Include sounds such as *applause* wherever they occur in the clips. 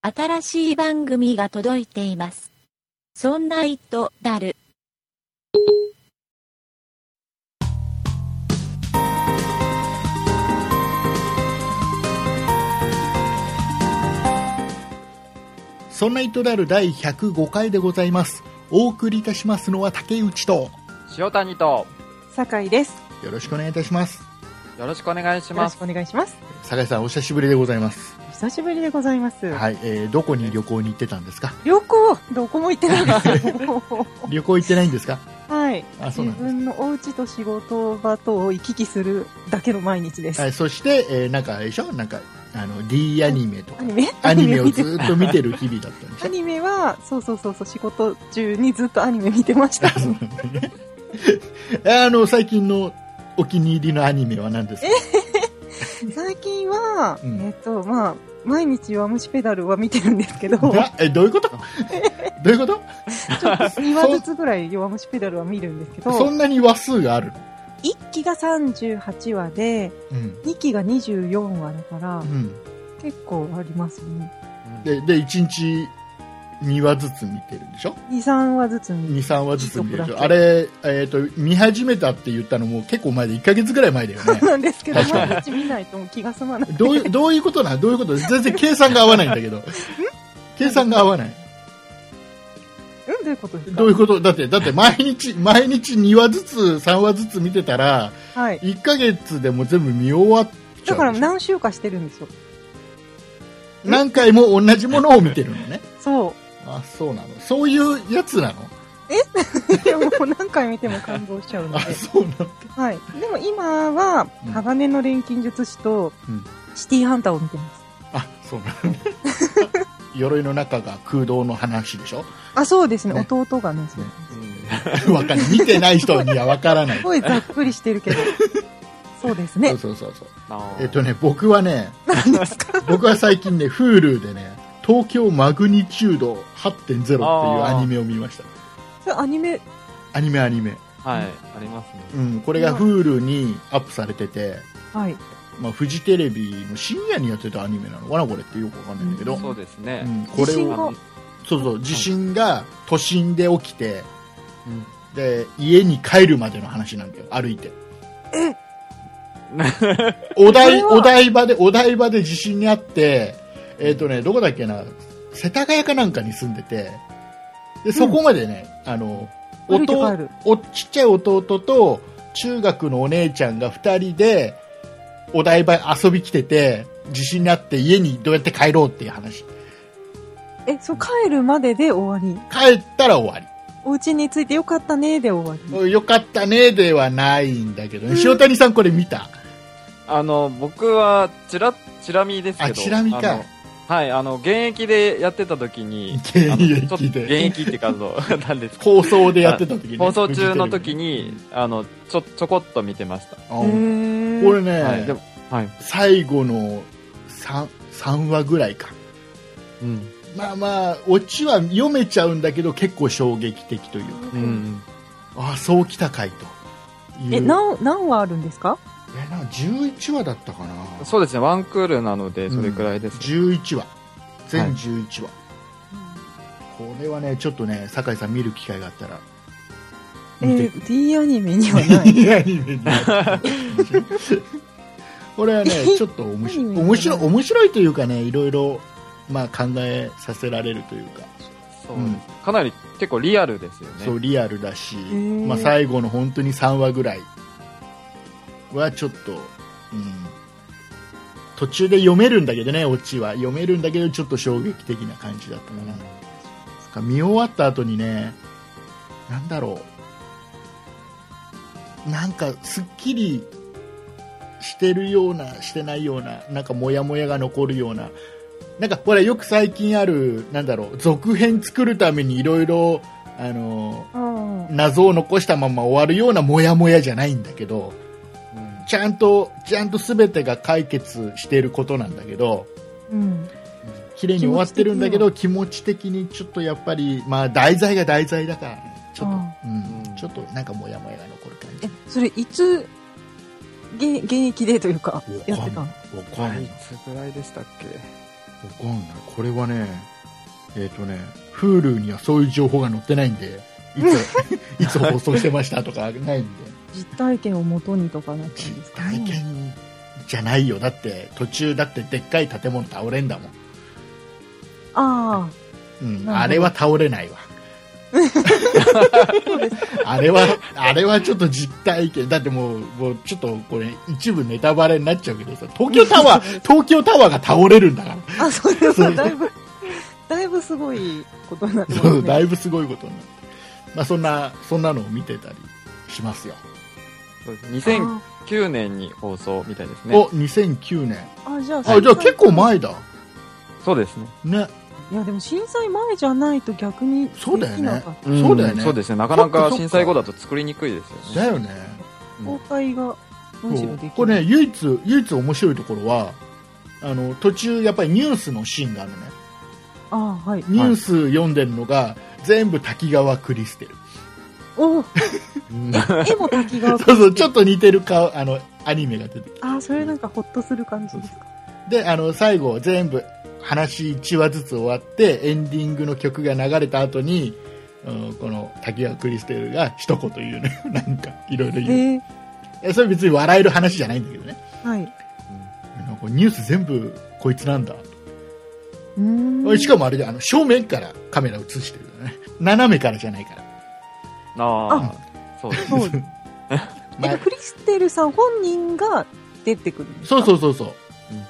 新しい番組が届いています。そんな糸だる。そんな糸である第105回でございます。お送りいたしますのは竹内と、塩谷と酒井です。よろしくお願いいたします。よろしくお願いしよろましすくお願いします。酒井さん、お久しぶりでございます。お久しぶりでございます。はい、えー、どこに旅行に行ってたんですか旅行どこも行ってない *laughs* です。旅行行ってないんですかはい。あ、そう自なんです分のお家と仕事場とを行き来するだけの毎日です。はい、そして、えー、なんか、あれでしょなんか、あの、D アニメとアかニ、メアニメを見てずっと見てる日々だったんでしアょニメは、そうそうそうそう、仕事中にずっとアニメ見てました。 *laughs* そうなんだねあの、最近のお気に入りのアニメは何ですか最近は、うんえっと、まあ、毎日は虫ペダルは見てるんですけど、 *laughs* なえ、どういうことどういうこと2話ずつぐらい弱虫ペダルは見るんですけそど、んなに話数があるの1期が38話で、うん。 2期が24話だからう、ん。結構ありますよね。で、で、1日2話ずつ見てるんでしょ2、3話ずつ見る ?2、3話ずつ見てるでし一ょ応あれ、えっ、と、見始めたって言ったのも結構前で、1ヶ月ぐらい前だよ *laughs* ね。なんですけど、確か毎に日見ないともう気が済まない。どういう、どういうことなんどういうこと全然計算が合わないんだけど。計算が合わない。うん、どういうことですかどういうことだって、だって毎日、毎日2話ずつ、3話ずつ見てたら、はい。 1ヶ月でも全部見終わっちゃだう。から何週かしてるんですよ。何回も同じものを見てるのね。そう。あ、そうなの。そういうやつなのでももう何回見ても感動しちゃうのあ、で。そうなの。はい。でも今はうん、鋼の錬金術師とうん、シティハンターを見てます。あ、そうなのね。鎧の中が空洞の話でしょあ、そうですね。ね弟がね、そうねわかんない。見てない人にはわからないす。ごいざっくりしてるけ *laughs* ど。そうですそうね。そうそうそう。ええっとね、僕はね、何ですか僕は最近ね、Hulu でね、東京マグニチュード8.0っていうアニメを見ました。それアニメ、アニメアニメ。はいありますねうん、これが Hulu にアップされてて、はい。まあ、フジテレビの深夜にやってたアニメなのかなこれってよくわかんないんだけど、そうですねうんこれ地震を、がをそうそう、地震が都心で起きて、うんで、家に帰るまでの話なんだよ、歩いて。えお台、それはお台場で、お台場で地震にあって、えっ、とね、どこだっけな、世田谷かなんかに住んでて、で、そこまでね、あの、歩いて帰弟、る。お、ちっちゃい弟と、中学のお姉ちゃんが二人で、お台場遊び来てて、地震にあって家にどうやって帰ろうっていう話。え、そう、帰るまでで終わり。帰ったら終わり。お家に着いてよかったねで終わり。よかったねではないんだけどね、うん塩谷さんこれ見たあの僕はチラチラ見ですけどあチラ見かあのはいあの現役でやってた時 *laughs* に現役あのちょっと現で役って感 *laughs* じなんですけ放ど送でやってた時ね放送中の時ににあのちょちょこっと見てましたへー俺ね、はいでもはい最後の 3, 3話ぐらいかうんまあまあオチは読めちゃうんだけど結構衝撃的というかうんああそうきたかいというえ、何、何話あるんですかえなんか11話だったかなそうですねワンクールなのでそれくらいです11話全11話、これはねちょっとね酒井さん見る機会があったらえ見てくー、D アニメにはない *laughs* やアニメになってるこれはね *laughs* ちょっと面白いアニメ面白い面白いというかねいろいろ、まあ、考えさせられるというか、そうですかなり結構リアルですよそうねリアルだし、ーまあ、最後の本当に3話ぐらいはちょっと、うん、途中で読めるんだけどねオチは読めるんだけどちょっと衝撃的な感じだったかな、か見終わった後にね、なんだろう、なんかすっきりしてるような、してないような、なんかモヤモヤが残るような、なんかほら、よく最近ある、なんだろう、続編作るためにいろいろ、あの、ああ謎を残したまま終わるようなモヤモヤじゃないんだけど、うんちゃんと、ちゃんと全てが解決していることなんだけど、うん。綺麗に終わってるんだけど気持ち的にちょっとやっぱり、まあ、題材が題材だからねちょっと、うんうんちょっとなんかモヤモヤが残る感じえ、それいつ、げ現役でというか、やってたわのかんないいつぐらいでしたっけかんない。これはね、えっ、とね、Hulu にはそういう情報が載ってないんで、い *laughs* つ、いつ放送してましたとかないんで。実体験をもとにとかなったんですか体ね。験じゃないよ。だって、途中、だってでっかい建物倒れんだもん。あうん、なるほどあれは倒れ *laughs* ないわ。あ、そうです。あれは、あれはちょっと実体験。だってもう、もうちょっとこれ一部ネタバレになっちゃうけどさ、東京タワー、 *laughs* 東京タワーが倒れるんだから。あ、それはだいぶ、だいぶすごいことになってまそすうだね。いぶすごいことになって、まあ、そんなそんなのを見てたりしますよ、そうです2009年に放送みたいですねお。2009年あ、じゃあ、あじゃあ結構。前だそうですね。ねいや、でも震災前じゃないと逆にでそうだよきねなかった。んそうだよねそうですね。なかなそっかかそっか震災後だと作りにくいですだよね。よねうん公開がむしろそでうきこなれねい。唯一唯一面白いところはあの途中やっぱりニュースのシーンがあるのねああ、はい。ニュース読んでるのが、全部滝川クリステルおお、うん絵も滝 *laughs* 川そうそうちょっと似てる顔あのアニメが出てきてああ、それなんかほっとする感じですか。であの最後全部話1話ずつ終わってエンディングの曲が流れた後に、うん、この滝川クリステルが一言言うね *laughs* なんかいろいろえ言う、ー、えそれ別に笑える話じゃないんだけどねはい。うなんかニュース全部こいつなんだ、ーん。しかもあれであの正面からカメラ映してるよね斜めからじゃないからああ、そうですね。そう。え、前クリステルさん本人が出てくるんですかそうそうそうそう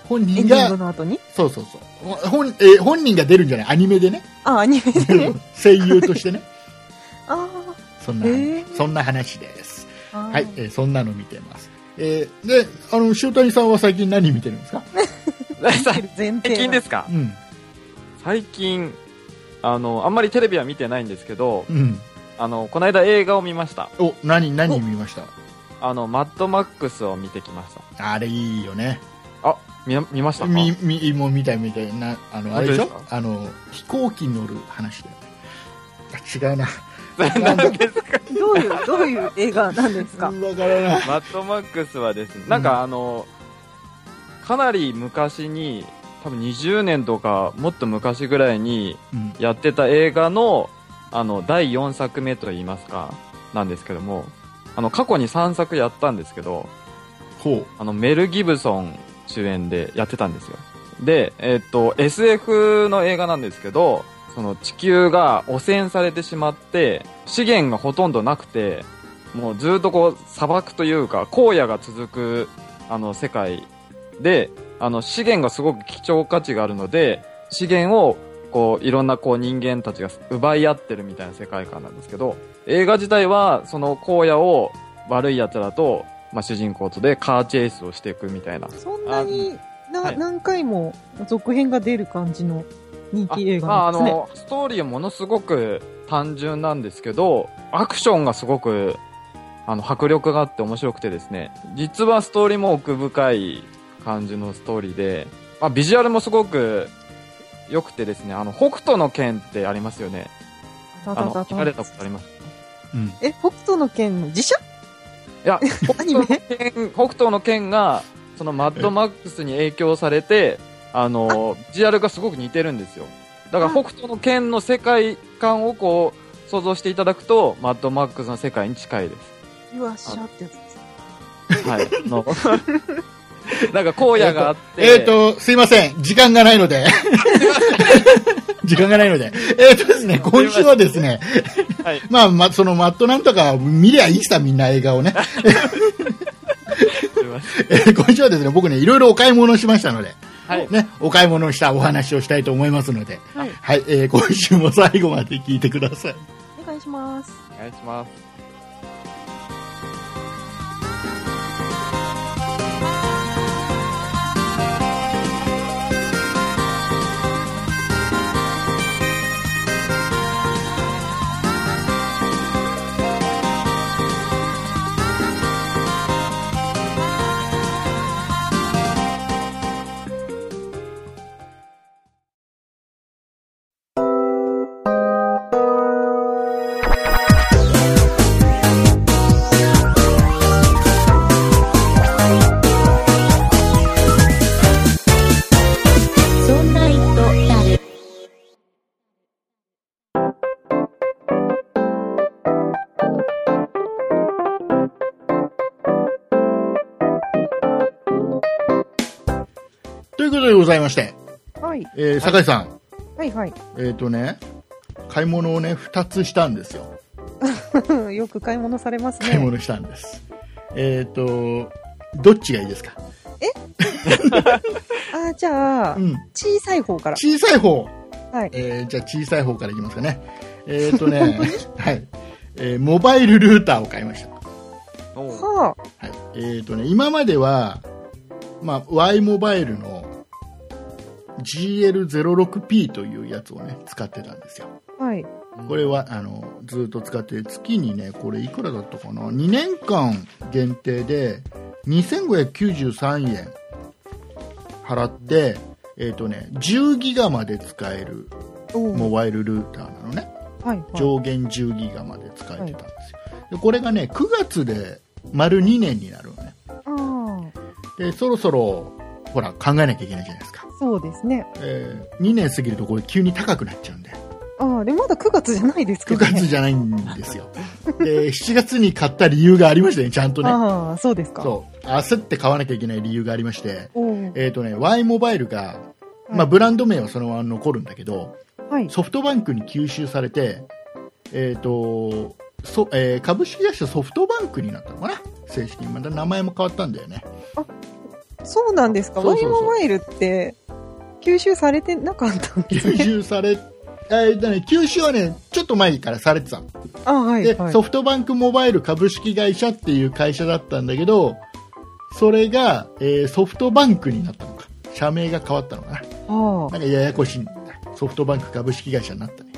本エ人ンディングがの後にそうそうそうほ本,、えー本人が出るんじゃないアニメで *laughs* ねあ、アニメでね。声優としてねあそんな、えーそんな話ですあ。ははい、えーそんなの見てます。えーで、あの、塩谷さんは最近何見てるんですか *laughs* 最前提。近ですかうん。最近、あの、あんまりテレビは見てないんですけど、うん。あの、この間映画を見ました。お、何、何見ましたあの、マッドマックスを見てきましあれいいよね。た。あ、見、見ました *laughs* かみ、み、もう見た見たな、あの、あれでしょ本当ですあの、飛行機に乗る話だよね。あ違うな。それ何ですかどういう、どういう映画なんですかわからない。マッドマックスはですね、なんかあの、かなり昔に、多分20年とか、もっと昔ぐらいにうん。やってた映画の、あの、第4作目といいますか、なんですけども、あの、過去に3作やったんですけど、ほあの、メル・ギブソン主演でやってたんですよ。で、えっと、SF の映画なんですけど、その地球が汚染されてしまって、資源がほとんどなくて、もうずっとこう、砂漠というか、荒野が続く、あの、世界で、あの、資源がすごく貴重価値があるので、資源を、こう、いろんなこう人間たちが奪い合ってるみたいな世界観なんですけど、映画自体は、その荒野を悪い奴らと、まあ、主人公とでカーチェイスをしていくみたいな。そんなに、な、はい何回も続編が出る感じの人気映画まあ、なあんですね。の、ストーリーはものすごく単純なんですけど、アクションがすごく、あの、迫力があって面白くてですね、実はストーリーも奥深い感じのストーリーで、まあ、ビジュアルもすごく良くてですね、あの、北斗の剣ってありますよね。たあたの、た聞かれたことあります。う。うん。え、北斗の剣の自社いや、アニメ剣北斗の剣が、そのマッドマックスに影響されて、あの、ビジュアルがすごく似てるんですよ。だからあ北斗の剣の世界観をこう、想像していただくと、マッドマックスの世界に近いでユアシャってやつです。す。はい。の *laughs* なんか荒野があって、えっ、と、すいません。時間がないので。時間がないので。えっ、とですね、今週はですね、はい *laughs* まあ、ま、そのマットなんとか見りゃいいさ、みんな映画をね。すいません *laughs* えー今週はですね、僕ね、いろいろお買い物をしましたので、はい。ね、お買い物をしたお話をしたいと思いますので、はいはい、えー今週も最後まで聞いてください。お願いします。お願いします。 「ということでございまして、はい。えー酒井さん、はいはい。えっ、とね、買い物をね、2つしたんですよ。 *laughs* よく買い物されます買いね。物したんです。えっ、と、どっちがいいですかああ、じゃあ、うん。小さい方から。小さい方。はい。えーじゃあ小さい方からいきますかね。えっ、とね、はい。えーモバイルルーターを買いました。おうはあ。はい。えっ、とね、今までは、まあ、Y モバイルの GL06P というやつをね、使ってたんですよ。はい。これは、あの、ずっと使って、月にね、これいくらだったかな ?2 年間限定で、2593円払って、えっ、とね、10ギガまで使えるおモうバイルルーターなのね。はい、はい。上限10ギガまで使えてたんですよ。でこれがね、9月で丸2年になるのね。ああ、で、そろそろ、ほら、考えなきゃいけないじゃないですか。そうですね。え2年過ぎるとこれ急に高くなっちゃうんで、ああ、で、まだ9月じゃないですけ9どね。月じゃないんですよ。で、7月に買った理由がありましたね、ちゃんとね。ああ、そうですか。そう。焦って買わなきゃいけない理由がありまして、おうえっ、とね、Y モバイルが、まあ、はいブランド名はそのまま残るんだけど、はい。ソフトバンクに吸収されて、えーとそえー株式会社ソフトバンクになったのかな正式にまた名前も変わったんだよねそうなんですか。そうワそうイそうモバイルって、吸収されてなかったんです吸ね。収され、えーだね、吸収はねちょっと前からされてたのああ、はい。で、はいソフトバンクモバイル株式会社っていう会社だったんだけどそれが、えーソフトバンクになったのか社名が変わったのかなあなんかややこしいんだソフトバンク株式会社になったね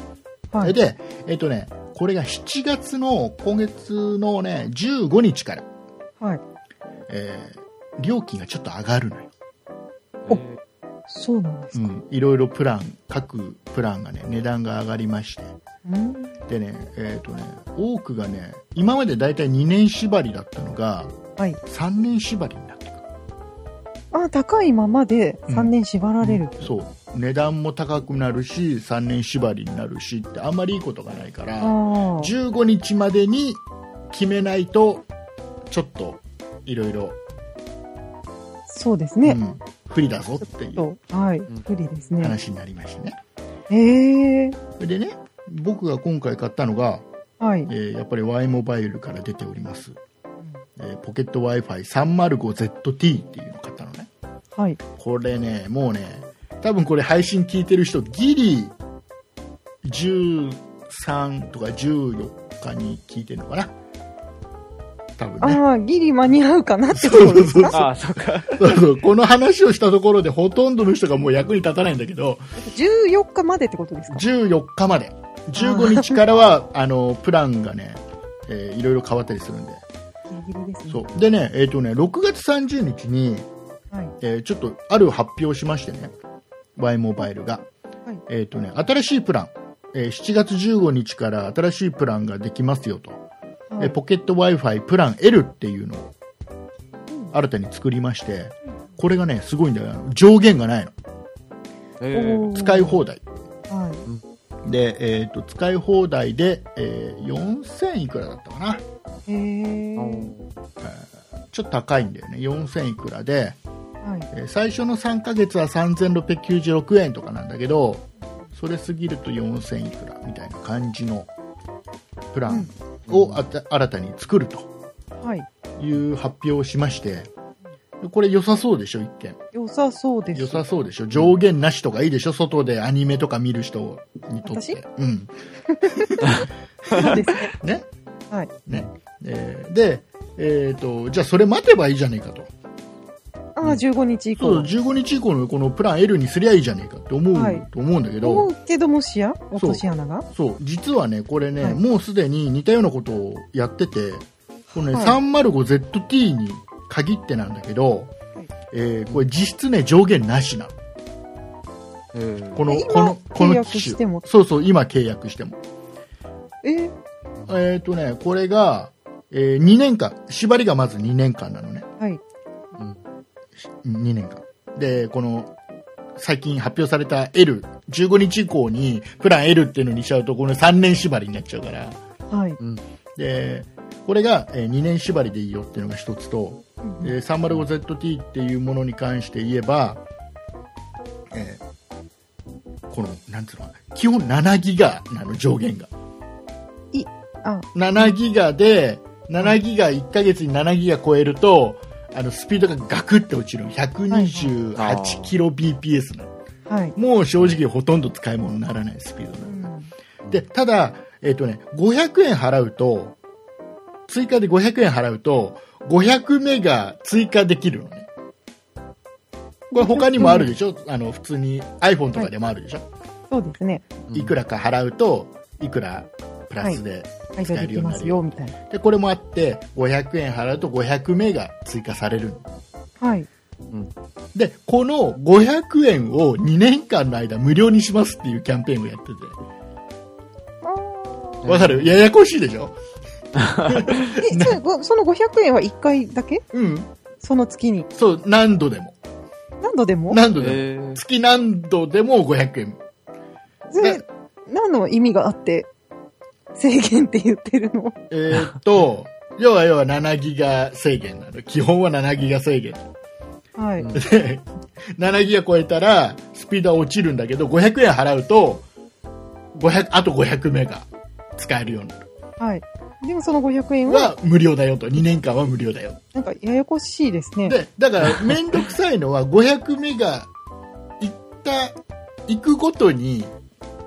あ、はい。で、えっ、とね、これが7月の今月のね、15日から、はい。えー料金がちょっと上がるのよ。おそうなんですうか。ん。いろいろプラン、各プランがね、値段が上がりまして。うん。でね、えっ、とね、多くがね、今までだいたい2年縛りだったのが、はい。 3年縛りになってくああ、高いままで3年縛られる。る。そう。値段も高くなるし、3年縛りになるしって、あんまりいいことがないから、ああ。 15日までに決めないとちょっといろいろそうですね。不利だぞっていうと、はいん。不利ですね。話になりましてねええそれでね僕が今回買ったのが、はいえ。ーやっぱり Y モバイルから出ております、えーポケット w i f i 3 0 5 z t っていうのを買ったのねはい。これねもうね多分これ配信聞いてる人ギリ13とか14日に聞いてるのかな多分ねああ、ギリ間に合うかなってところですかああ、そっか。そうそう、 *laughs* この話をしたところでほとんどの人がもう役に立たないんだけど、 ?14 日までってことですか14日まで、15日からは、あの、プランがね、えーいろいろ変わったりするんで。ギリギリですね。そう。でね、えっ、とね、6月30日に、はい。えーちょっとある発表しましてね、Y モバイルが。はいえっ、とね、新しいプラン、えー7月15日から新しいプランができますよと。はえいーポケット Wi-Fi プラン L っていうのを新たに作りまして、これがね、すごいんだよ。あの上限がないの。えおーー使い放題。はい。で、えっ、と、使い放題で、えー4000いくらだったかな。へえ。ちょっと高いんだよね。4000いくらで、はい。えー最初の3ヶ月は3696円とかなんだけど、それ過ぎると4000いくらみたいな感じのプランをあた、新たに作るとはい。いう発表をしまして、これ良さそうでしょ、一見。良さそうです。良さそうでしょ上限なしとかいいでしょ外でアニメとか見る人にとって私。うん。そうですね。ね。はい。ね。えーで、えっ、と、じゃあそれ待てばいいじゃねえかと。ああ、15日以そ降う、。15日以降のこのプラン L にすりゃいいじゃねえかって思う、はいと思うんだけ思ど、うけどもしや落とし穴がそう、実はね、これね、はいもうすでに似たようなことをやってて、このね、はい 305ZT に限ってなんだけど、はいえーこれ実質ね、上限なしなの。えーこの、今この、この契約機種してもそうそう、今契約しても。ええっ、とね、これが、え2年間、縛りがまず2年間なのね。はい。 2年間でこの最近発表された L15 日以降にプラン L っていうのにしちゃうとこの3年縛りになっちゃうからはい。でこれが2年縛りでいいよっていうのが一つと、で 305ZT っていうものに関して言えば、えーこの、なんつうのかな、基本7ギガなの、上限が。いあ7ギガで、7ギガ、1ヶ月に7ギガ超えると、あの、スピードがガクって落ちるの。はいはい128キロ BPS なの。はい。もう正直ほとんど使い物にならないスピードうなの。んで、ただ、えっ、とね、500円払うと、追加で500円払うと、500メガ追加できるのね。これ他にもあるでしょ、あの、普通に iPhone とかでもあるでしょ、そうですね。い、くらか払うと、いくらプラスで。はい、じゃあできますよ、みたいな。で、これもあって、500円払うと500メガ追加されるの。はい。で、この500円を2年間の間無料にしますっていうキャンペーンをやってて。わかるややこしいでしょえ、それごその500円は1回だけうん。その月に。そう、何度でも。何度でも何度でも。えー月何度でも500円。それ何の意味があって、制限って言ってるのえーっと、要は要は7ギガ制限なの。基本は7ギガ制限。はい。うんで、7ギガ超えたらスピードは落ちるんだけど、500円払うと、500、あと500メガ使えるようになる。はい。でもその500円は、は無料だよと。2年間は無料だよ。なんかややこしいですね。で、だからめんどくさいのは500メガ行った、行くごとに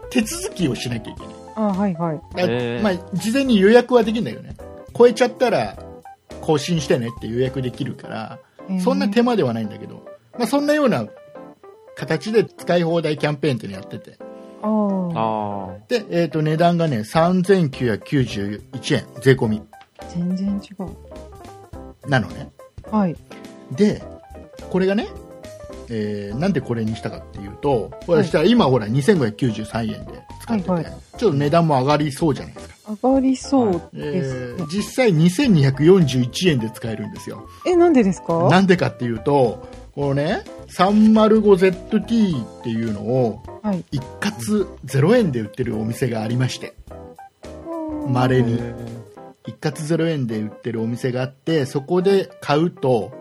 手続きをしなきゃいけない。あはいはい。だえーまあ、事前に予約はできるんだけどね超えちゃったら更新してねって予約できるからえーそんな手間ではないんだけど、まあ、そんなような形で使い放題キャンペーンっていうのやっててあーああ。で、えー、と値段がね3991円税込み全然違う。なのねはい。でこれがね、えーなんでこれにしたかっていうとほらしたら今ほら2593円で使ってて、はいはちょっと値段も上がりそうじゃないですか、上がりそうえですねー。実際2241円で使えるんですよえ、なんでですか *laughs* なんでかっていうと、このね、305ZT っていうのをはい。一括0円で売ってるお店がありまして、まれに。一括0円で売ってるお店があって、そこで買うと、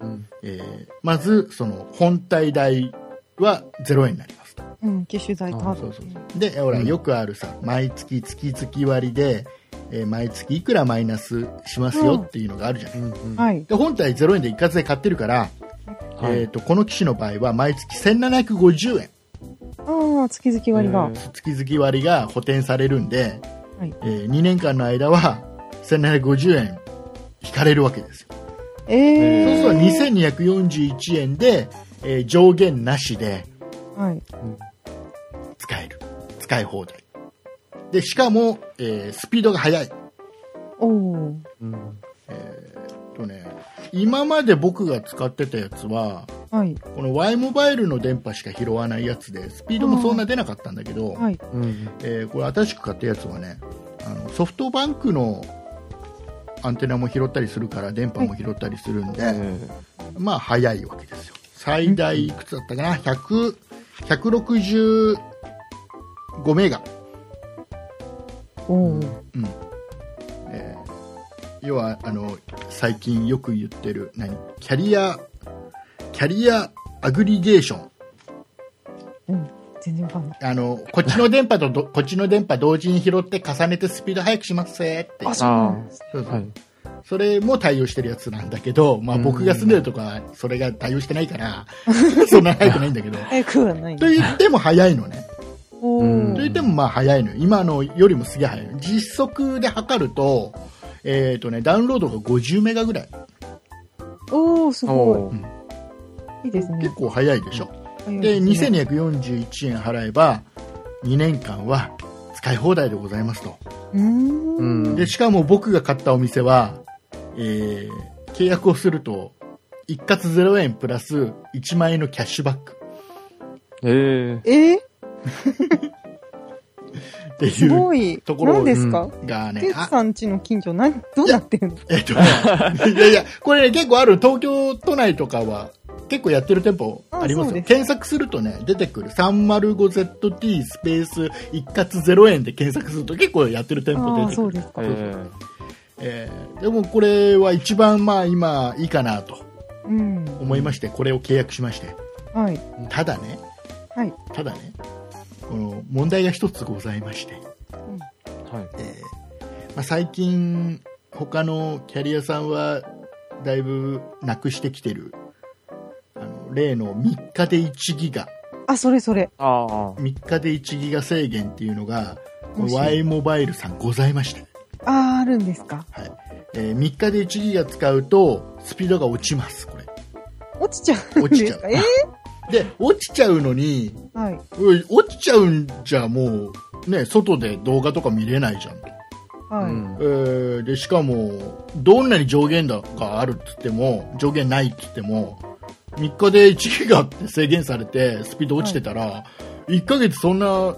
うんえーまず、その、本体代は0円になりますと。うん、機種代カーそうドそう。そう。で、ほら、よくあるさ、毎月月々割で、えー毎月いくらマイナスしますよっていうのがあるじゃない。うんうんはい。で、本体0円で一括で買ってるから、はいえー、とこの機種の場合は毎月1750円ああ、月々割が。月々割が補填されるんで、はいえ2年間の間は1750円引かれるわけですよ、ええー。そうすると2241円で、えー上限なしではい。使える使い放題でしかも、えースピードが速いおお。うんと、ね、今まで僕が使ってたやつははい。この Y モバイルの電波しか拾わないやつでスピードもそんな出なかったんだけど、はい。うんえーこれ新しく買ったやつはねあのソフトバンクのアンテナも拾ったりするから電波も拾ったりするんで、えまあ早いわけですよ最大いくつだったかな100 165メガ、おお。えー要はあの最近よく言ってる何キャリアキャリアアグリゲーションうん。全然わかんない。あのこっちの電波とどこっちの電波同時に拾って重ねてスピード速くしますぜっていうそうなんでそうそうはい。それも対応してるやつなんだけど、まあ、うん僕が住んでるとかそれが対応してないから *laughs* そんな早くないんだけど早くはないと。言っても早いのねおお。うんと言ってもまあ早いのよ今のよりもすげえ早いの実測で測ると,、えーとね、ダウンロードが50メガぐらいおお、すごおーい。いいですね結。構早いでしょ早いですね。 2241円払えば2年間は使い放題でございますとうーん。うんでしかも僕が買ったお店は、えー契約をすると一括0円プラス1万円のキャッシュバックええー、っていすうごい。ところ何ですか、がてねつ、あさん家の近所、なん、どうなってるのえっとね、 *laughs* いやいや、これね、結構ある、東京都内とかは、結構やってる店舗ありまあそすうでよ。す検索するとね、出てくる 305ZT スペース一括0円で検索すると結構やってる店舗ああ出ー、てそくうでる。すか。ええーでもこれは一番まあ今いいかなとうん。思いまして、これを契約しまして。はい。ただね、はいただねこの問題が一つございまして、はい。えーまあ、最近他のキャリアさんはだいぶなくしてきてるあの例の3日で1ギガあ、それそれ。ああ。 3日で1ギガ制限っていうのがこものし Y モバイルさんございました、あー、あるんですか。はいえ3日で1ギガ使うとスピードが落ちますこれ落ちちゃうん落ちでちゃすうか。 *laughs* えで落ちちゃうのにー、はい。うん落ちちゃうんじゃもうね外で動画とか見れないじゃんはい。うんえーでしかもどんなに上限があるっつっても上限ないっつっても3日で1ギガって制限されてスピード落ちてたら、1ヶ月そんな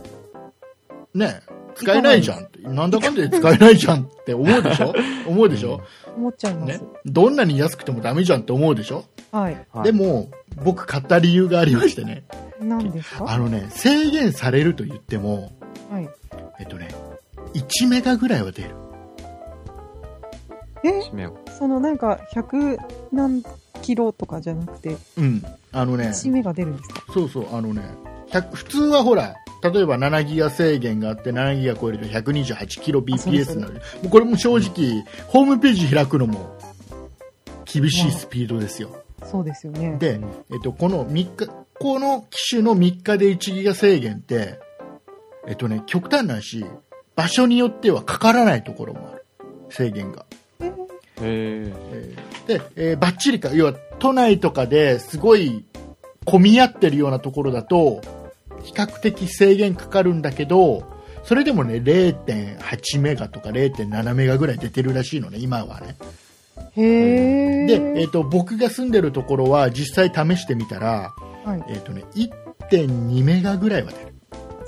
ね使えないじゃんってなんだかんだで使えないじゃんって思うでし *laughs* ょ思うでしょ、思っちゃいます。ね、どんなに安くてもダメじゃんって思うでしょ、はい。はいでも僕買った理由がありましてね何ですかあのね制限されると言ってもはい。えっとね1メガぐらいは出るえ、締めようそのなんか、100何キロとかじゃなくて、うんあのね締めが出るんですかそうそう、あのね、100普通はほら、例えば7ギガ制限があって、7ギガ超えると128キロあそうです BPS になる。もうこれも正直、ホームページ開くのも厳しいスピードですよ。そうですよね。で、えっと、この3日、この機種の3日で1ギガ制限って、えっとね、極端な話、場所によってはかからないところもある。制限が。えへーで、えーばっちりか、要は都内とかですごい混み合ってるようなところだと、比較的制限かかるんだけど、それでもね、0.8メガとか0.7メガぐらい出てるらしいのね、今はね。へー。で、えっ、と、僕が住んでるところは実際試してみたら、はい。えっ、とね、1.2メガぐらいは出る。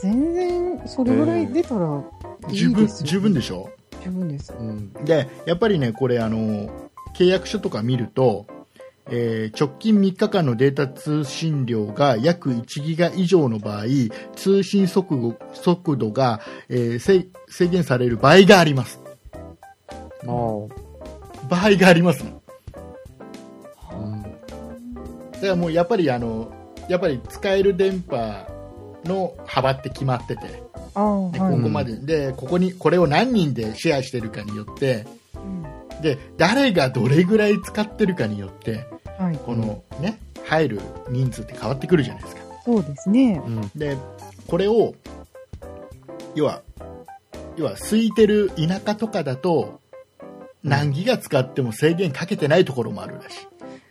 全然、それぐらい出たらいいです十よ、分、十分でしょ十分ですえ。。うん。で、やっぱりね、これ、あの、契約書とか見ると、えー直近3日間のデータ通信量が約1ギガ以上の場合、通信速度速度が、えー制制限される場合があります。まあ場合がありますね。うん。だからもうやっぱりあの、やっぱり使える電波の幅って決まってて、ねああ、はい。ここまで、で、ここに、これを何人でシェアしてるかによって、うんで、誰がどれぐらい使ってるかによって、はい。このね、入る人数って変わってくるじゃないですか。そうですね。うん。で、これを、要は、要は空いてる田舎とかだと、何ギガ使っても制限かけてないところもあるらし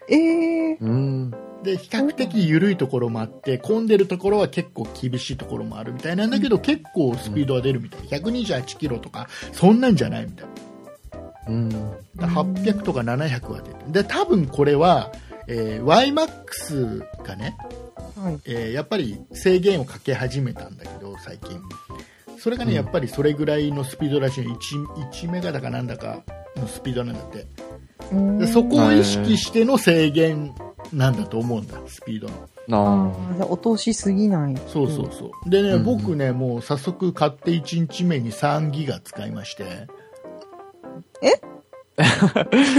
い。ええうん。で、比較的緩いところもあって、混んでるところは結構厳しいところもあるみたいなんだけど、結構スピードは出るみたい。128キロとか、そんなんじゃないみたい。うん。だから800とか700は出る。で、多分これは、えー YMAX がね、はい。えーやっぱり制限をかけ始めたんだけど最近それがね、うんやっぱりそれぐらいのスピードらしい 1, 1メガだかなんだかのスピードなんだってうーでんそこを意識しての制限なんだと思うんだスピードのなああ、じゃあ落としすぎない。そうそうそう、でね、うん僕ねもう早速買って1日目に3ギガ使いまして1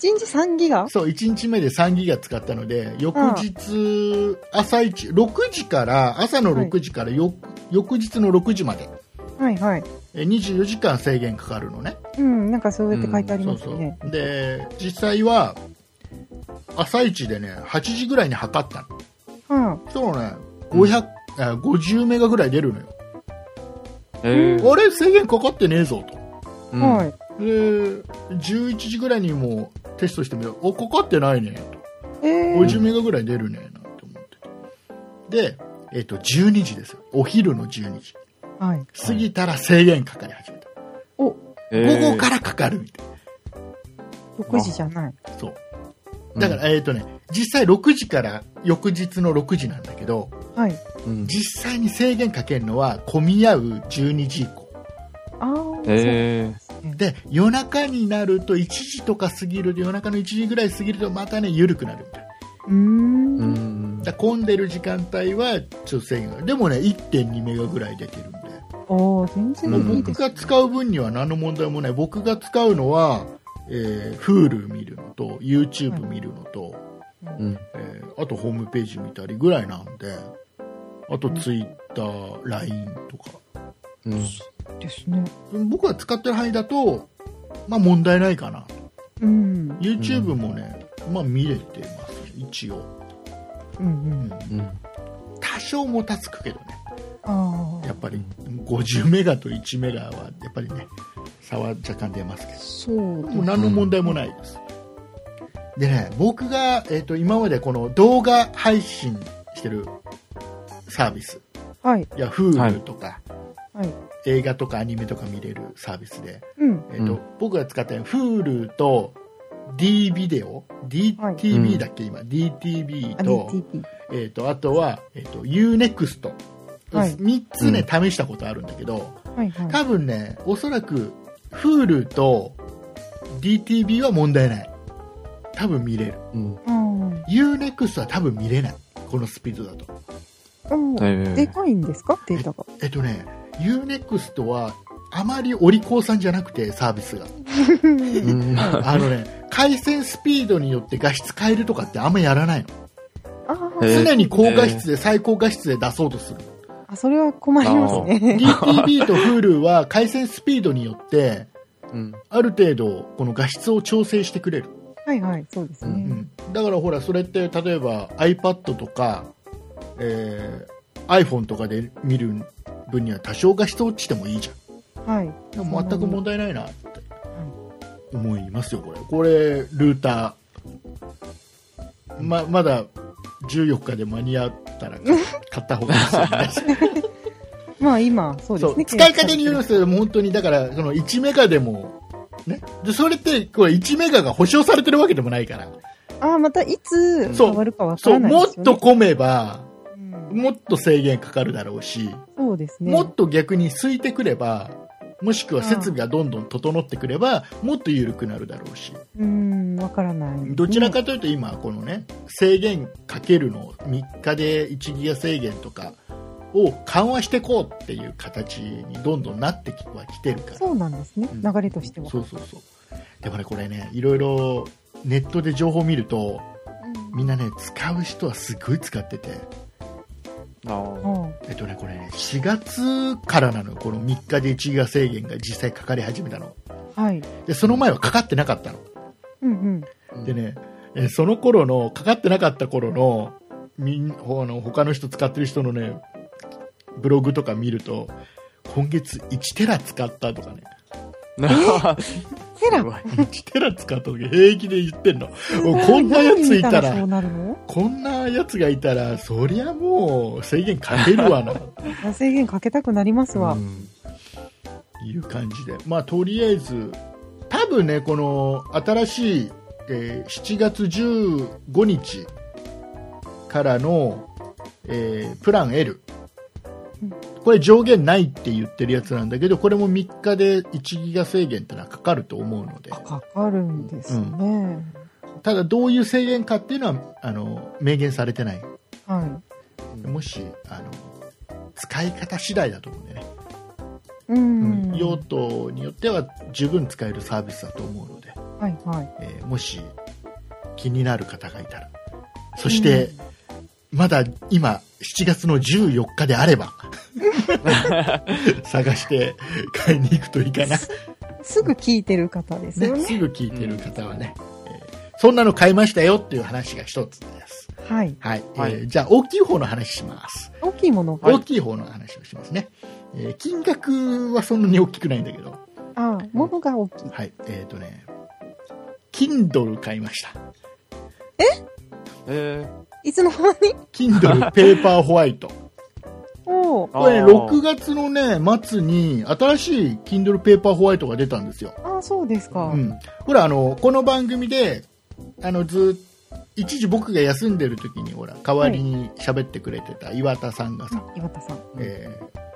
日3ギガそう1日目で3ギガ使ったので翌日朝一6時から朝の6時から翌,、翌日の6時まではいはい。え24時間制限かかるのねうん、なんかそうやって書いてありそまうすそよね。うで実際は朝一でね8時ぐらいに測ったのはそのねうん500、あ50メガぐらい出るのよ、えあれ制限かかってねえぞとい。うん。はい。で11時ぐらいにもうテストしてみたらおかかってないねえとえ50メガぐらい出るねなんて思ってでえっと12時ですよお昼の12時はい。過ぎたら制限かかり始めた、お、午後かららかかるみたい6時じゃなない。そうだから、えっとね実際6時から翌日の6時なんだけど、はい。うん、実際に制限かけるのは混み合う12時以降ああ、えそうですね。で夜中になると1時とか過ぎると夜中の1時ぐらい過ぎるとまたね緩くなるみたいなうーん。ー、うん。だから混んでる時間帯はちょっと制限がでもね1.2メガぐらい出てるんで、おー、全う然んいい僕です。が使う分には何の問題もない僕が使うのは、えー、Hulu 見るのと YouTube 見るのと、うん。えーあとホームページ見たりぐらいなんで、あとツイッター、LINE とか。うんですね。僕が使ってる範囲だと、まあ問題ないかな。うん。うん YouTube もね、まあ見れてますね、一応。うん。うん多少もたつくけどね。あやっぱり50メガと1メガはやっぱりね差は若干出ますけあ。そうどでもすう何の問題もないです、でね僕が、えー、と今までこの動画配信してるサービスはい。いやはい Hulu とか、はい。映画とかアニメとか見れるサービスで、うん。えーとうん僕が使ってる Hulu と D ビデオはい DTV だっけ、今 DTV あ、と DTP。えー、とあとは、えー、と UNEXT3 はいつね、試したことあるんだけど、はいはい。多分ねおそらく Hulu と DTV は問題ない多分見れるうんうん。 UNEXT は多分見れないこのスピードだとうんええでかいんですかデータが。えっとね UNEXT はあまりお利口さんじゃなくてサービスがうんあ *laughs* あのね回線スピードによって画質変えるとかってあんまやらないのあえー常に高画質で最高画質で出そうとす *laughs* る、あ、それは困りますね。 DTV と Hulu は回線スピードによってうんある程度この画質を調整してくれるはいはい、そうですうね。ん、だからほらそれって例えば iPad とか、えー iPhone とかで見る分には多少画質落ちてもいいじゃはい。んでも全く問題ないなってん思いますよこれこれルーターままだ14日で間に合った *laughs* ら買った方がいいですよねまあ今、そうでそすうね。使い方によりますけどもう本当にだからその1メガでもね、でそれってこれ1メガが保証されてるわけでもないから、ああ、またいつそう変わるかわかそうらないもでっすよね。と混めばうんもっと制限かかるだろうし、そうですね。もっと逆に空いてくれば、もしくは設備がどんどん整ってくれば、もっと緩くなるだろうし、うん、わからない。どちらかというと今、このね、制限かけるの3日で1ギガ制限とかを緩和していこうっていう形にどんどんなってきは来てるから。そうなんですね。うん流れとしては。そうそうそう。でもね、これね、いろいろネットで情報を見ると、みんなね、使う人はすごい使ってて、あーはえっとね、これね、4月からなのよこの3日で1ギガ制限が実際かかり始めたの。あはい。で、その前はかかってなかったの。うんうん。でね、えーその頃の、かかってなかった頃の、みん、ほあの、他の人使ってる人のね、ブログとか見ると、今月1テラ使ったとか *laughs* ね、なセラすごい1テラ使ったとか平気で言ってんの。おいこんなやついた *laughs* 何見そうら、なるのこんなやつがいたら、そりゃもう制限かけるわな。制限かけたくなりますわ。うんいう感じで、まあ、とりあえず、多分ね、この新しい、えー7月15日からの、えープラン L うん、これ上限ないって言ってるやつなんだけど、これも3日で1ギガ制限ってのはかかると思うので、かかるんですね。ただ、どういう制限かっていうのはあの明言されてない、はもしあの使い方次第だと思うんでね、い。うん。用途によっては十分使えるサービスだと思うので。はいはい。えーもし気になる方がいたらそして、まだ今7月の14日であれば探して買いに行くといいかな、すぐ聞いてる方ですよね、ね。すぐ聞いてる方はね、えーそんなの買いましたよっていう話が一つですはい。はい、はえーいじゃあ大きい方の話します、大きいものが。大きい方の話をしますね、えー金額はそんなに大きくないんだけどああ、ものが大きい。はいえっ、とね Kindle 買いましたえいつの間に *laughs* Kindle ペーパーホワイトおお。ーこれ、ね、あー6月のね、末に、新しい Kindle Paper White が出たんですよ。ああ、そうですか。うん。ほら、あの、この番組で、あの、ずっ一時僕が休んでる時に、ほら、代わりに喋ってくれてた岩田さんがさ、あ岩田さん。えー